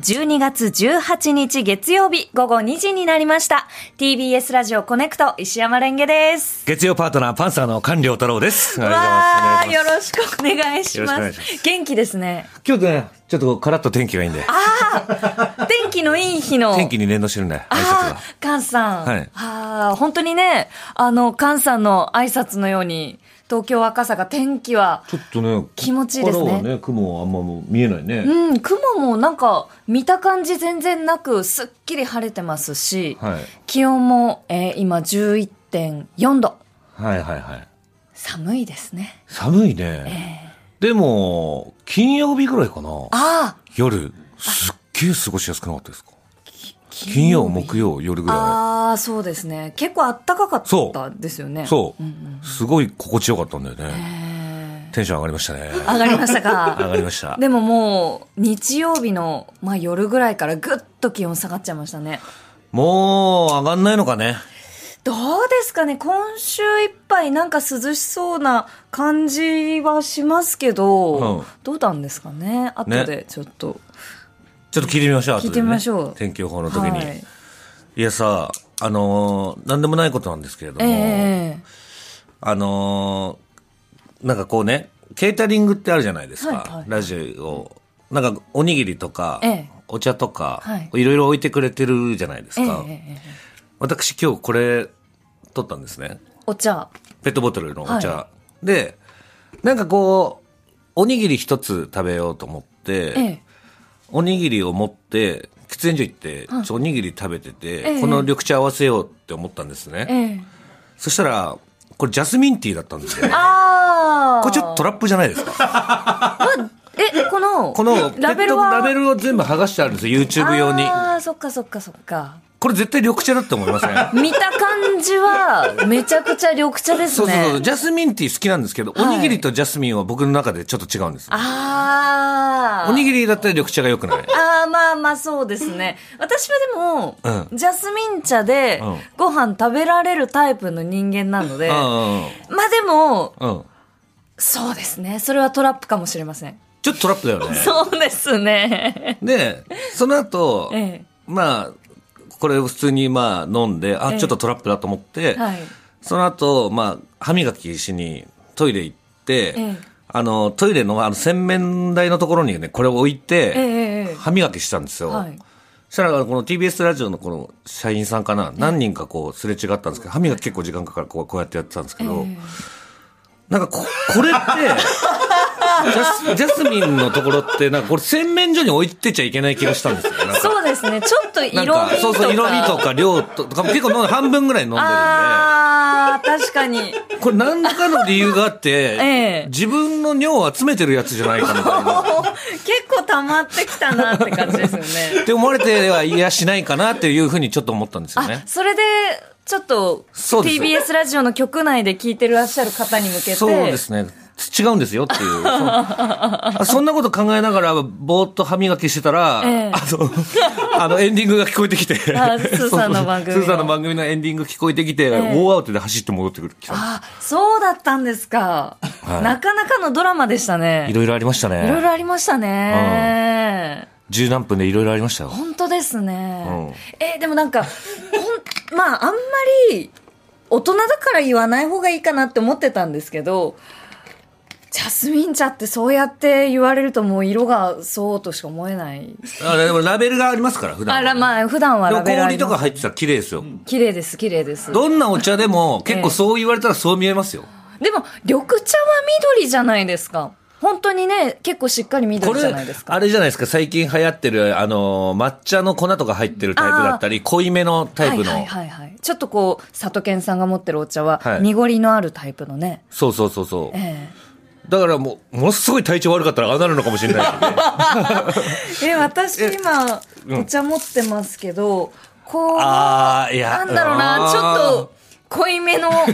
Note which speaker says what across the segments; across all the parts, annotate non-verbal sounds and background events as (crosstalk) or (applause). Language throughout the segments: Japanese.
Speaker 1: 12月18日月曜日午後2時になりました。TBS ラジオコネクト石山レンゲです。
Speaker 2: 月曜パートナーパンサーの菅良太郎です。お
Speaker 1: わ
Speaker 2: 願
Speaker 1: あ、
Speaker 2: いし
Speaker 1: よ
Speaker 2: ます
Speaker 1: ろしくお願いし
Speaker 2: よろしくお願
Speaker 1: ま。
Speaker 2: いします
Speaker 1: 元気です
Speaker 2: (laughs)
Speaker 1: ね。
Speaker 2: 今日ね、ちょっとカラッと天気がいいんで、
Speaker 1: 天気のいい日の。
Speaker 2: 天気に連動してるんだよ、
Speaker 1: あ
Speaker 2: 挨拶が
Speaker 1: あ。、菅さん。
Speaker 2: はい
Speaker 1: ああ、本当にね、あの、菅さんの挨拶のように、東京赤坂天気は、
Speaker 2: ちょっとね、
Speaker 1: 気持ちいいですね
Speaker 2: ここからはね、雲はあんまもう見えないね。
Speaker 1: うん、雲もなんか、見た感じ全然なく、すっきり晴れてますし、
Speaker 2: はい。
Speaker 1: 気温も、えー今11.4度。
Speaker 2: はいはいはい。
Speaker 1: 寒いですね。
Speaker 2: 寒いね。でも、金曜日ぐらいかな。
Speaker 1: ああ、
Speaker 2: 夜、すっげえ過ごしやすくなかったですか金曜、木曜、夜ぐら
Speaker 1: ああ、そうですね。結構あったかかったですよね。
Speaker 2: い。そうう。すごい心地よかったんだよね。
Speaker 1: え
Speaker 2: テンション上がりましたね。
Speaker 1: (laughs) ー上がりましたか。
Speaker 2: (laughs) 上がりました。
Speaker 1: でももう、日曜日の、まあ、夜ぐらいからぐっと気温下がっちゃいましたね。
Speaker 2: もう、上がんないのかね。
Speaker 1: どうですかね今週いっぱいなんか涼しそうな感じはしますけど、
Speaker 2: うん
Speaker 1: どうなんですかね後でちょっと。
Speaker 2: ちょっと聞いてみましょう、後でね
Speaker 1: 聞いてみましょう
Speaker 2: 天気予報の時に。、
Speaker 1: はいい。
Speaker 2: やさ、あのー、なんでもないことなんですけれども、
Speaker 1: ええ
Speaker 2: あのー、なんかこうね、ケータリングってあるじゃないですか、
Speaker 1: はいはい
Speaker 2: ラジオを。なんか、おにぎりとか、
Speaker 1: ええ
Speaker 2: お茶とか、
Speaker 1: はい
Speaker 2: い、ろいろ置いてくれてるじゃないです
Speaker 1: えええ
Speaker 2: か。
Speaker 1: えええ
Speaker 2: 私今日これ、取ったんですね。
Speaker 1: お茶。
Speaker 2: ペットボトルのお茶。
Speaker 1: は
Speaker 2: で、なんかこう、おにぎり一つ食べようと思って、
Speaker 1: ええ
Speaker 2: おにぎりを持って喫煙所行って、ちょおにぎり食べてて、
Speaker 1: ええ
Speaker 2: この緑茶合わせようって思ったんですね、
Speaker 1: ええ
Speaker 2: そしたらこれジャスミンティーだったんですよこ
Speaker 1: ああ。
Speaker 2: れちょっとトラップじゃないですか
Speaker 1: え、この、
Speaker 2: このペッ
Speaker 1: (laughs)
Speaker 2: ト
Speaker 1: ラベルは。
Speaker 2: ラベルを全部剥がしてあるんですよ YouTube 用に
Speaker 1: ああ、そっかそっかそっか。
Speaker 2: これ絶対緑茶だって思いません
Speaker 1: (laughs) 見た感じは、めちゃくちゃ緑茶です
Speaker 2: そうそう
Speaker 1: ね。
Speaker 2: そうジャスミンティー好きなんですけど、
Speaker 1: はい
Speaker 2: おにぎりとジャスミンは僕の中でちょっと違うんです
Speaker 1: ああ。
Speaker 2: おにぎりだったら緑茶が良くない
Speaker 1: ああ、まあまあそうですね。私はでも、
Speaker 2: う
Speaker 1: ジャスミン茶で
Speaker 2: うん
Speaker 1: ご飯食べられるタイプの人間なので、
Speaker 2: う
Speaker 1: まあ
Speaker 2: ん
Speaker 1: でも、
Speaker 2: うんうんうん
Speaker 1: そうですね。それはトラップかもしれません。
Speaker 2: ちょっとトラップだよね
Speaker 1: (laughs) そうですね。
Speaker 2: でその後、
Speaker 1: ええ
Speaker 2: まあこれを普通にまあ飲んであ
Speaker 1: ええ
Speaker 2: ちょっとトラップだと思って、
Speaker 1: はい。
Speaker 2: その後、まあ歯磨きしにトイレ行って、
Speaker 1: ええ
Speaker 2: あのトイレのあの洗面台のところにねこれを置いて、
Speaker 1: ええええ
Speaker 2: 歯磨きしたんですよ、
Speaker 1: はい。
Speaker 2: そしたらこの TBS ラジオのこの社員さんかな何人かこうすれ違ったんですけど歯磨き結構時間かかるこうこうやってやってたんですけど、
Speaker 1: ええ
Speaker 2: なんかここれってジャスジャスミンのところってなんかこれ洗面所に置いてちゃいけない気がしたんですよなんか
Speaker 1: そうですね。ちょっと色
Speaker 2: な
Speaker 1: 味と
Speaker 2: んか
Speaker 1: か。
Speaker 2: そうそう色味とか量ととかも結構飲んで半分ぐらい飲んでるんで
Speaker 1: ああ、確か (laughs) に。
Speaker 2: これ何らかの理由があって、
Speaker 1: (laughs) ええ
Speaker 2: 自分の尿を集めてるやつじゃないかみたい
Speaker 1: (laughs)
Speaker 2: な
Speaker 1: 結構溜まってきたなって感じですよね。
Speaker 2: って思われてはいやしないかなっていうふうにちょっと思ったんですよ
Speaker 1: あ
Speaker 2: ね、
Speaker 1: それで、ちょっと、
Speaker 2: そうです
Speaker 1: TBS ラジオの局内で聞いてらっしゃる方に向けて、
Speaker 2: そうですね違うんですよって
Speaker 1: (laughs)
Speaker 2: いうそうあそんなこと考えながらぼーっと歯磨きしてたら、
Speaker 1: ええ
Speaker 2: あの (laughs) あのエンディングが聞こえてきて
Speaker 1: あスーさんの番組の
Speaker 2: そうそうスーさんの番組のエンディング聞こえてきて、大アウトで走って戻ってくる来た
Speaker 1: あ、そうだったんですか。
Speaker 2: はい
Speaker 1: なかなかのドラマでしたね。
Speaker 2: いろいろありました
Speaker 1: いろい
Speaker 2: ね
Speaker 1: ろありましたね。
Speaker 2: 十何分でいろいろありましたよ
Speaker 1: 本当ですね。
Speaker 2: う
Speaker 1: えーでもなんか、ほん、 (laughs) まあ、あんまり、大人だから言わない方がいいかなって思ってたんですけど、ジャスミン茶ってそうやって言われるともう色がそうとしか思えない。
Speaker 2: あでもラベルがありますから、普段は。
Speaker 1: あら、まあ、普段は
Speaker 2: でも
Speaker 1: ラベルあり
Speaker 2: 氷
Speaker 1: ま
Speaker 2: と
Speaker 1: す
Speaker 2: か入ってたら綺麗ですよ。
Speaker 1: 綺麗です、綺麗です。
Speaker 2: どんなお茶でも結構そう言われたらそう見えますよ。
Speaker 1: でも、緑茶は緑じゃないですか。本当にね、結構しっかり
Speaker 2: こ
Speaker 1: 緑
Speaker 2: れ、
Speaker 1: じゃないですか。
Speaker 2: あれじゃないですか、最近流行ってる、あの、抹茶の粉とか入ってるタイプだったり、濃いめのタイプの。
Speaker 1: はいはいはいはい。ちょっとこう、里健さんが持ってるお茶は、
Speaker 2: はい
Speaker 1: 濁りのあるタイプのね。
Speaker 2: そうそうそうそう。
Speaker 1: え
Speaker 2: だからもう、ものすごい体調悪かったらああなるのかもしれ
Speaker 1: (laughs)
Speaker 2: ないです
Speaker 1: え
Speaker 2: ね。
Speaker 1: え、私今、
Speaker 2: うん
Speaker 1: お茶持ってますけど、こう、な
Speaker 2: あーいや。
Speaker 1: んだろうな、ちょっと、濃いめの、 (laughs)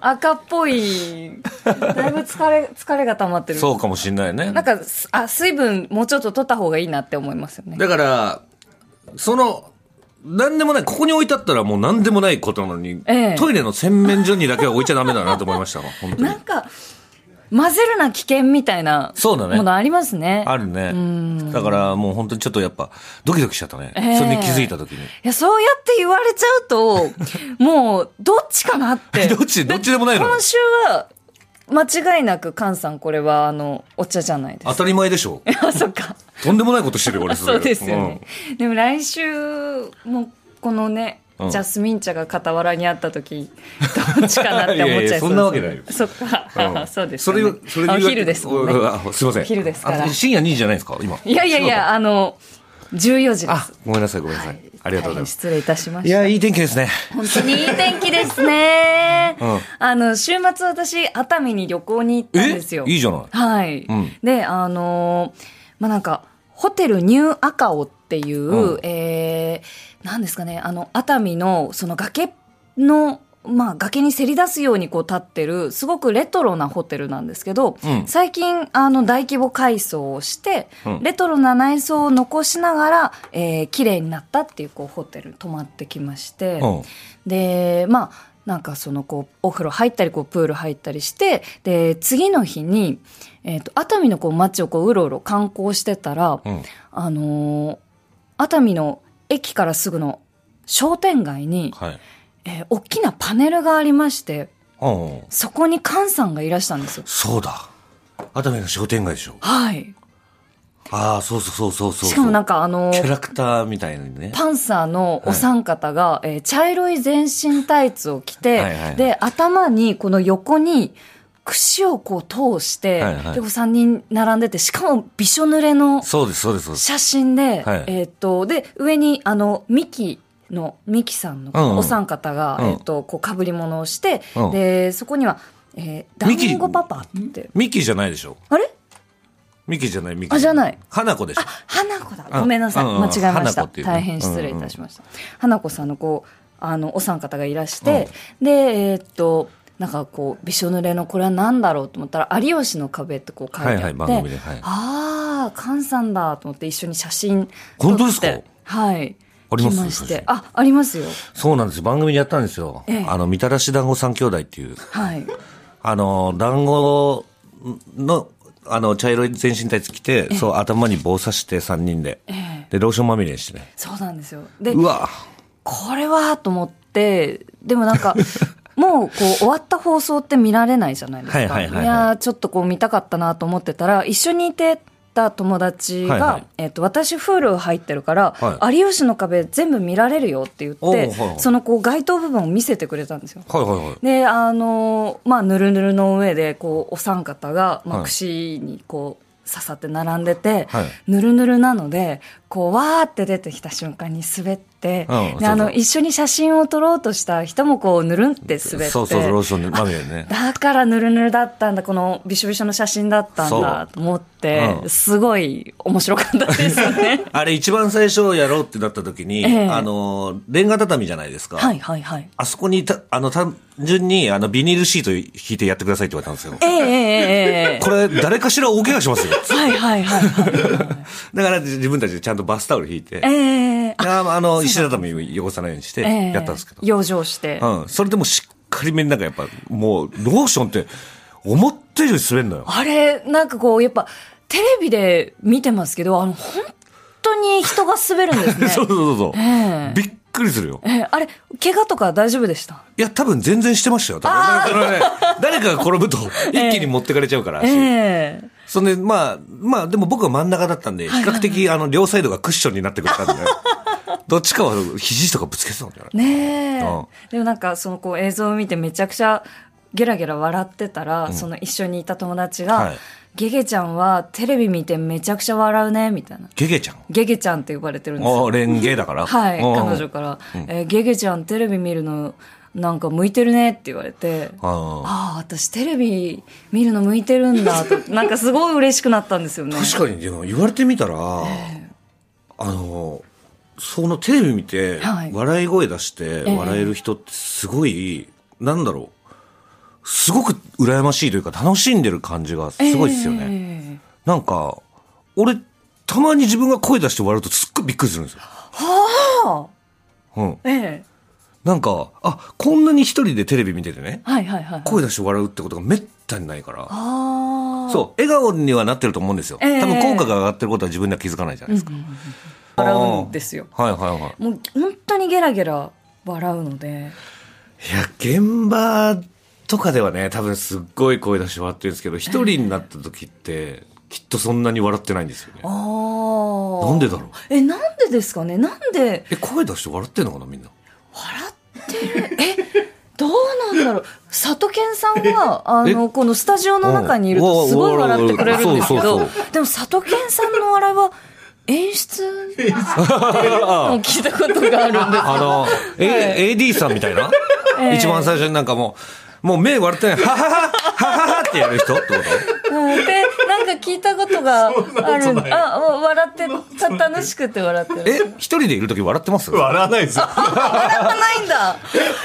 Speaker 1: 赤っぽい、だいぶ疲れ、疲れが溜まって
Speaker 2: と
Speaker 1: る。
Speaker 2: そうかもしれないね
Speaker 1: な。んか、すあ、水分もうちょっと取った方がいいなって思いますよね。
Speaker 2: だから、その、なんでもない、ここに置いてあったらもうなんでもないことなのに、
Speaker 1: ええ
Speaker 2: トイレの洗面所にだけは置いちゃダメだなと思いましたわ、本当に
Speaker 1: なんか、混ぜるな危険みたいな
Speaker 2: そうだね
Speaker 1: ものありますね。
Speaker 2: (laughs) あるね
Speaker 1: ん。
Speaker 2: だからもう本当にちょっとやっぱ、ドキドキしちゃったね。
Speaker 1: ええ
Speaker 2: それに気づいた時に。
Speaker 1: いや、そうやって言われちゃうと、もう、どっちかなって。
Speaker 2: (laughs) どっちどっちでもないの
Speaker 1: 今週は、間違いなく、カンさん、これは、あの、お茶じゃないで
Speaker 2: 当たり前でしょ。
Speaker 1: す。 (laughs) あ、そっか。
Speaker 2: とんでもないことしてるよ、
Speaker 1: (laughs)
Speaker 2: 俺れ
Speaker 1: そうですよね。。でも来週も、このね、
Speaker 2: うん
Speaker 1: ジャスミン茶が傍らにあった時、どっちかなって思っちゃいそうです
Speaker 2: (laughs) いやいやそんなわけないよ
Speaker 1: そっか。
Speaker 2: うんうん
Speaker 1: そうです
Speaker 2: そ
Speaker 1: よね、
Speaker 2: れを、それ
Speaker 1: あお
Speaker 2: で言う
Speaker 1: 昼ですもんね。
Speaker 2: あすいません。
Speaker 1: お昼ですから
Speaker 2: あ深夜2時じゃないですか、今。
Speaker 1: いやいやいや、あの、14時です。
Speaker 2: あ、ごめんなさい、ごめんなさい。ありがとうございます。
Speaker 1: 大変失礼いたしま
Speaker 2: い
Speaker 1: した。
Speaker 2: や、いい天気ですね。
Speaker 1: 本当にいい天気ですね。
Speaker 2: うん
Speaker 1: あの、週末私、熱海に旅行に行ったん
Speaker 2: え
Speaker 1: ですよ。
Speaker 2: いいじゃない。
Speaker 1: はい。
Speaker 2: うん
Speaker 1: で、あのーまあ、なんか、ホテルニューアカオっていう、
Speaker 2: うん
Speaker 1: えー、なんですかね、あの、熱海の、その崖の、まあ、崖にせり出すようにこう立ってる、すごくレトロなホテルなんですけど、
Speaker 2: うん
Speaker 1: 最近、あの、大規模改装をして、
Speaker 2: うん
Speaker 1: レトロな内装を残しながら、えー、綺麗になったっていう、こう、ホテル泊まってきまして、
Speaker 2: うん。
Speaker 1: でまあなんかそのこうお風呂入ったりこうプール入ったりしてで次の日に、えー、と熱海のこう街をこううろうろ観光してたら、
Speaker 2: うん。
Speaker 1: あのー熱海の駅からすぐの商店街に、
Speaker 2: はい。
Speaker 1: えー大きなパネルがありまして
Speaker 2: うん。
Speaker 1: そこに菅さんがいらしたんですよ。
Speaker 2: そうだ。熱海の商店街でしょ。
Speaker 1: はい、
Speaker 2: ああ、そうそうそうそうそう。
Speaker 1: しかもなん
Speaker 2: か、
Speaker 1: かあのー
Speaker 2: キャラクターみたいなね。
Speaker 1: パンサーのお三方が、えー茶色い全身タイツを着て、
Speaker 2: はいはい
Speaker 1: で、頭に、この横に、櫛をこう通して、
Speaker 2: はいはい
Speaker 1: で、お三人並んでて、しかもびしょ濡れの
Speaker 2: そうです、そうです、そうです。
Speaker 1: 写真で、
Speaker 2: はい
Speaker 1: えーっと、で、上に、あの、ミキの、ミキさん
Speaker 2: うんうん
Speaker 1: のお三方が、
Speaker 2: うん
Speaker 1: えーっと、こう、被り物をして、
Speaker 2: うん
Speaker 1: で、そこには、えー、
Speaker 2: ミキ
Speaker 1: 団子パパって、
Speaker 2: ミッキーじゃないでしょ。
Speaker 1: あれ
Speaker 2: ミッキーじゃない、ミッキー。
Speaker 1: あじゃない。
Speaker 2: 花子でしょ。
Speaker 1: 花子だ。
Speaker 2: あ
Speaker 1: ごめんなさい。
Speaker 2: うんうん
Speaker 1: 間違えまし
Speaker 2: 花子
Speaker 1: た。
Speaker 2: っていうね
Speaker 1: 大変失礼いたしました。花子さんのこう、あの、お三方がいらして、で、えーっと、なんかこう、びしょ濡れのこれは何だろうと思ったら、有吉の壁ってこう書いてあ
Speaker 2: は
Speaker 1: っ
Speaker 2: い
Speaker 1: て、
Speaker 2: はい、番組で。はい。
Speaker 1: ああ、菅さんだと思って一緒に写真撮って。
Speaker 2: 本当ですか
Speaker 1: はい。
Speaker 2: あります
Speaker 1: 来まし
Speaker 2: 写
Speaker 1: て
Speaker 2: 真。
Speaker 1: あ、ありますよ。
Speaker 2: そうなんです。番組でやったんですよ。
Speaker 1: ええ
Speaker 2: あの、みたらし団子三兄弟っていう、
Speaker 1: はい。
Speaker 2: あの、団子の、あの、茶色い全身タイツ着て、そう、頭に棒刺して3人で。
Speaker 1: ええ
Speaker 2: で、ローションまみれにしてね。
Speaker 1: そうなんですよ。で、
Speaker 2: うわ
Speaker 1: これはと思って、でもなん
Speaker 2: (laughs)
Speaker 1: か、もうこう終わった放送って見られないじゃないですか。
Speaker 2: はいはいはいはい
Speaker 1: やーちょっとこう見たかったなと思ってたら、一緒にいてた友達が、
Speaker 2: はいはい
Speaker 1: えっと、私、フール入ってるから、
Speaker 2: は
Speaker 1: 有吉の壁全部見られるよって言っ
Speaker 2: おうはい
Speaker 1: て
Speaker 2: は、い
Speaker 1: そのこう街頭部分を見せてくれたんですよ。
Speaker 2: はいはいはい。
Speaker 1: で、あのーまあ、ぬるぬるの上で、こう、お三方が、ま
Speaker 2: は
Speaker 1: あ、
Speaker 2: い
Speaker 1: 串にこう、刺さって並んでて、
Speaker 2: はい
Speaker 1: ぬるぬるなので、こう、わーって出てきた瞬間に滑って、
Speaker 2: うん
Speaker 1: で、
Speaker 2: そう
Speaker 1: あ
Speaker 2: そう
Speaker 1: の、一緒に写真を撮ろうとした人もこう、ぬるんって滑って。
Speaker 2: そうそう、ローションまみれ
Speaker 1: (laughs)
Speaker 2: ね。
Speaker 1: だからぬるぬるだったんだ、このびしょびしょの写真だったんだと思って、
Speaker 2: うん
Speaker 1: すごい面白かったです
Speaker 2: (laughs)。
Speaker 1: ね
Speaker 2: あれ一番最初やろうってなった時に、
Speaker 1: ええ
Speaker 2: あの、レンガ畳じゃないですか。
Speaker 1: はいはいはい。
Speaker 2: あそこにた、あの、単純に、あの、ビニールシート引いてやってくださいって言われたんですよ。
Speaker 1: ええええええ
Speaker 2: これ、誰かしら大怪我しますよ。
Speaker 1: はいはいはいはい。
Speaker 2: だから自分たちでちゃんとバスタオル引いて、
Speaker 1: ええあ
Speaker 2: ああの、石畳を汚さないようにして、
Speaker 1: ええ
Speaker 2: やったんですけど。
Speaker 1: 養生して。
Speaker 2: うん。それでもしっかりめになんかやっぱ、もう、ローションって、思った以上に滑るのよ。
Speaker 1: あれ、なんかこう、やっぱ、テレビで見てますけど、あの、本当に人が滑るんですね。
Speaker 2: (laughs) そうそうそうそう、
Speaker 1: ええ
Speaker 2: びっくりするよ。
Speaker 1: えーあれ、怪我とか大丈夫でした
Speaker 2: いや、多分全然してましたよ。多分そのね誰かが転
Speaker 1: (laughs)
Speaker 2: ぶと、一気に持ってかれちゃうから、足
Speaker 1: ええ
Speaker 2: そんで、まあ、まあ、でも僕は真ん中だったんで、比較的、あの、両サイドがクッションになってくれた
Speaker 1: (laughs)
Speaker 2: んで、どっちかは肘とかぶつけてたんじゃない
Speaker 1: ねえ、
Speaker 2: うん
Speaker 1: でもなんか、そのこう映像を見てめちゃくちゃゲラゲラ笑ってたら、その一緒にいた友達が、
Speaker 2: はい
Speaker 1: ゲゲちゃんはテレビ見てめちゃくちゃ笑うね、みたいな。
Speaker 2: ゲゲちゃん。
Speaker 1: ゲゲちゃんって呼ばれてるんですよ。
Speaker 2: おーレンゲだから。
Speaker 1: はい、彼
Speaker 2: おー
Speaker 1: 女から、えーゲゲちゃんテレビ見るのなんか向いてるねって言われて、
Speaker 2: あ
Speaker 1: ああ、私テレビ見るの向いてるんだと、
Speaker 2: (laughs)
Speaker 1: なんかすごい嬉しくなったんですよね。
Speaker 2: ー確かに、でも言われてみたら、あの、そのテレビ見て
Speaker 1: はい、
Speaker 2: 笑い声出して
Speaker 1: え
Speaker 2: 笑える人ってすごい、なんだろう、すごく羨ましいというか楽しんでる感じがすごいですよね。
Speaker 1: ね。
Speaker 2: なんか、俺、たまに自分が声出して笑うとすっごいびっくりするんですよ。
Speaker 1: は
Speaker 2: うん。
Speaker 1: あ、ええ
Speaker 2: なんか、あ、こんなに一人でテレビ見ててね、
Speaker 1: はいはいはい。
Speaker 2: 声出して笑うってことがめったにないから、
Speaker 1: あ
Speaker 2: そう、笑顔にはなってると思うんですよ。
Speaker 1: ええ
Speaker 2: 多分効果が上がってることは自分では気づかないじゃないですか。
Speaker 1: 笑うんですよ。
Speaker 2: はいはいはい。
Speaker 1: もう本当にゲラゲラ笑うので。
Speaker 2: いや、現場とかではね、多分すっごい声出して笑ってるんですけど、一人になった時って、きっとそんなに笑ってないんですよね
Speaker 1: あ。あ。
Speaker 2: なんでだろう
Speaker 1: え、なんでですかねなんで
Speaker 2: え、声出して笑ってんのかな、みんな。
Speaker 1: 笑ってるえ、どうなんだろう里健さんは、あ
Speaker 2: え
Speaker 1: の、このスタジオの中にいるとすごい笑ってくれるんですけ
Speaker 2: そうそ
Speaker 1: ど
Speaker 2: う、
Speaker 1: でも里健さんの笑いは演出っていうのを聞いたことがあるんです
Speaker 2: あの、A、AD さんみたいな、
Speaker 1: ええ
Speaker 2: 一番最初になんかもう、もう目笑ってない、ははは、はははってやる人ってこと
Speaker 1: うんで、なんか聞いたことが
Speaker 2: (laughs)
Speaker 1: あ
Speaker 3: そんなことな
Speaker 1: る。
Speaker 3: い
Speaker 1: あ、もう笑ってた、楽しくて笑ってる。
Speaker 2: え、一人でいる時笑ってますでも
Speaker 3: 笑わないですよ。
Speaker 1: 笑わないんだ。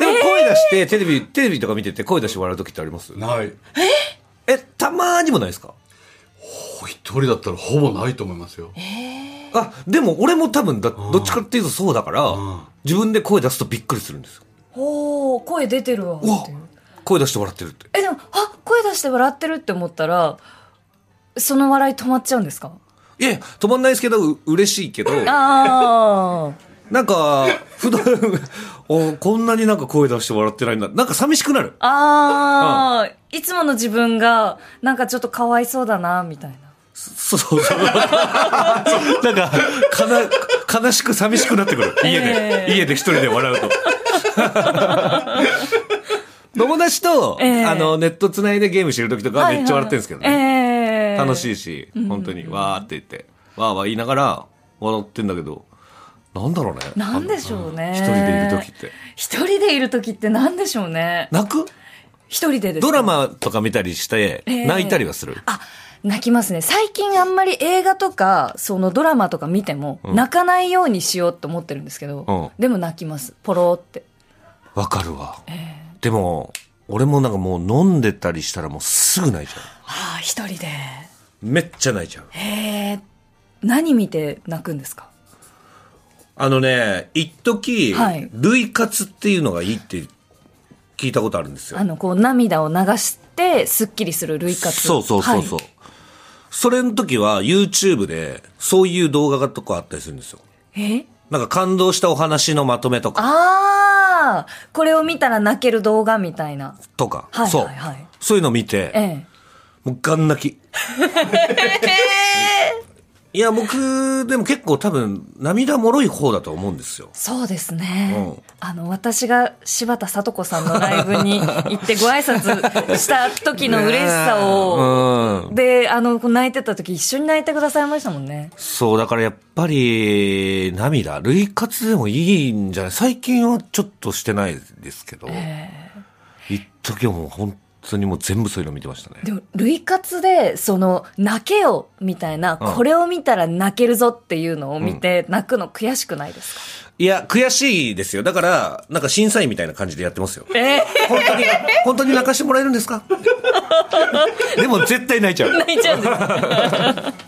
Speaker 2: 声出して、テレビ、テレビとか見てて声出して笑う時ってあります
Speaker 3: (laughs) ない。
Speaker 2: え、たまーにもないですか
Speaker 3: お一人だったらほぼないと思いますよ。
Speaker 2: あ、でも俺も多分だ、どっちかっていうとそうだから
Speaker 3: ん、
Speaker 2: 自分で声出すとびっくりするんですよ。
Speaker 1: おー、声出てるわ。っていう
Speaker 2: 声出して笑ってるって。
Speaker 1: え、でも、あ、声出して笑ってるって思ったら、その笑い止まっちゃうんですか
Speaker 2: いやいや、止まんないですけど、う嬉しいけど、
Speaker 1: あ
Speaker 2: (laughs)
Speaker 1: ー。
Speaker 2: なんか、普段、 (laughs) おこんなになんか声出して笑ってないんだ。なんか寂しくなる。
Speaker 1: あー。いつもの自分が、なんかちょっとかわいそうだな、みたいな。
Speaker 2: そうそうそう。なんか、かな、悲しく寂しくなってくる。家で
Speaker 1: え、え
Speaker 2: 家で一人で
Speaker 1: (laughs)
Speaker 2: 笑うと。友達と、
Speaker 1: ええ
Speaker 2: あの、ネット繋いでゲームしてる時とかはめっちゃ笑ってるんですけどね。
Speaker 1: ね
Speaker 2: 楽
Speaker 1: い。
Speaker 2: しいし、本当に、わーって言って、わーわー言いながら笑ってんだけど、なんだろうね。
Speaker 1: なんでしょうね。
Speaker 2: 一人でいる時って。
Speaker 1: 一人でいる時ってなんでしょうね。
Speaker 2: 泣く
Speaker 1: 一人でですか
Speaker 2: ドラマとか見たりして、
Speaker 1: ええ
Speaker 2: 泣いたりはする。
Speaker 1: あ、泣きますね。最近あんまり映画とか、そのドラマとか見ても、泣かないようにしようと思ってるんですけど、
Speaker 2: う
Speaker 1: でも泣きます。ポローって。
Speaker 2: わかるわ。でも、俺もなんかもう飲んでたりしたらもうすぐ泣いちゃう。
Speaker 1: ああ、一人で。
Speaker 2: めっちゃ泣いちゃう。
Speaker 1: へえ、何見て泣くんですか
Speaker 2: あのね、一時、
Speaker 1: はい
Speaker 2: 類活っていうのがいいって聞いたことあるんですよ
Speaker 1: あ。の、こう、涙を流して、スッキリする類活。
Speaker 2: そうそうそうそう。
Speaker 1: はい
Speaker 2: それの時は YouTube でそういう動画がとかあったりするんですよ。
Speaker 1: え
Speaker 2: なんか感動したお話のまとめとか、
Speaker 1: ああ、これを見たら泣ける動画みたいな。
Speaker 2: とか、
Speaker 1: はい
Speaker 2: そう
Speaker 1: はいはい。
Speaker 2: そういうの見
Speaker 1: え
Speaker 2: て、
Speaker 1: え。
Speaker 2: もうガン
Speaker 1: (laughs)
Speaker 2: 泣き。いや、僕、でも結構多分、涙もろい方だと思うんですよ。
Speaker 1: そうですね、
Speaker 2: うん
Speaker 1: あの私が柴田聡子さんのライブに行ってご挨拶した時の嬉しさを、
Speaker 2: を。うん。
Speaker 1: であの泣いてた時一緒に泣いてくださいましたもんね
Speaker 2: そう、だからやっぱり、涙、類活でもいいんじゃない最近はちょっとしてないですけど、一時はもう本当にもう全部そういうの見てましたね。
Speaker 1: でも類活でその泣けよみたいな、
Speaker 2: うん
Speaker 1: これを見たら泣けるぞっていうのを見て泣くの悔しくないですか、
Speaker 2: いや、悔しいですよ。だから、なんか審査員みたいな感じでやってますよ。
Speaker 1: (laughs) え
Speaker 2: 本当に、本当に泣かしてもらえるんですかでも絶対泣いちゃう。
Speaker 1: ー泣いちゃうんです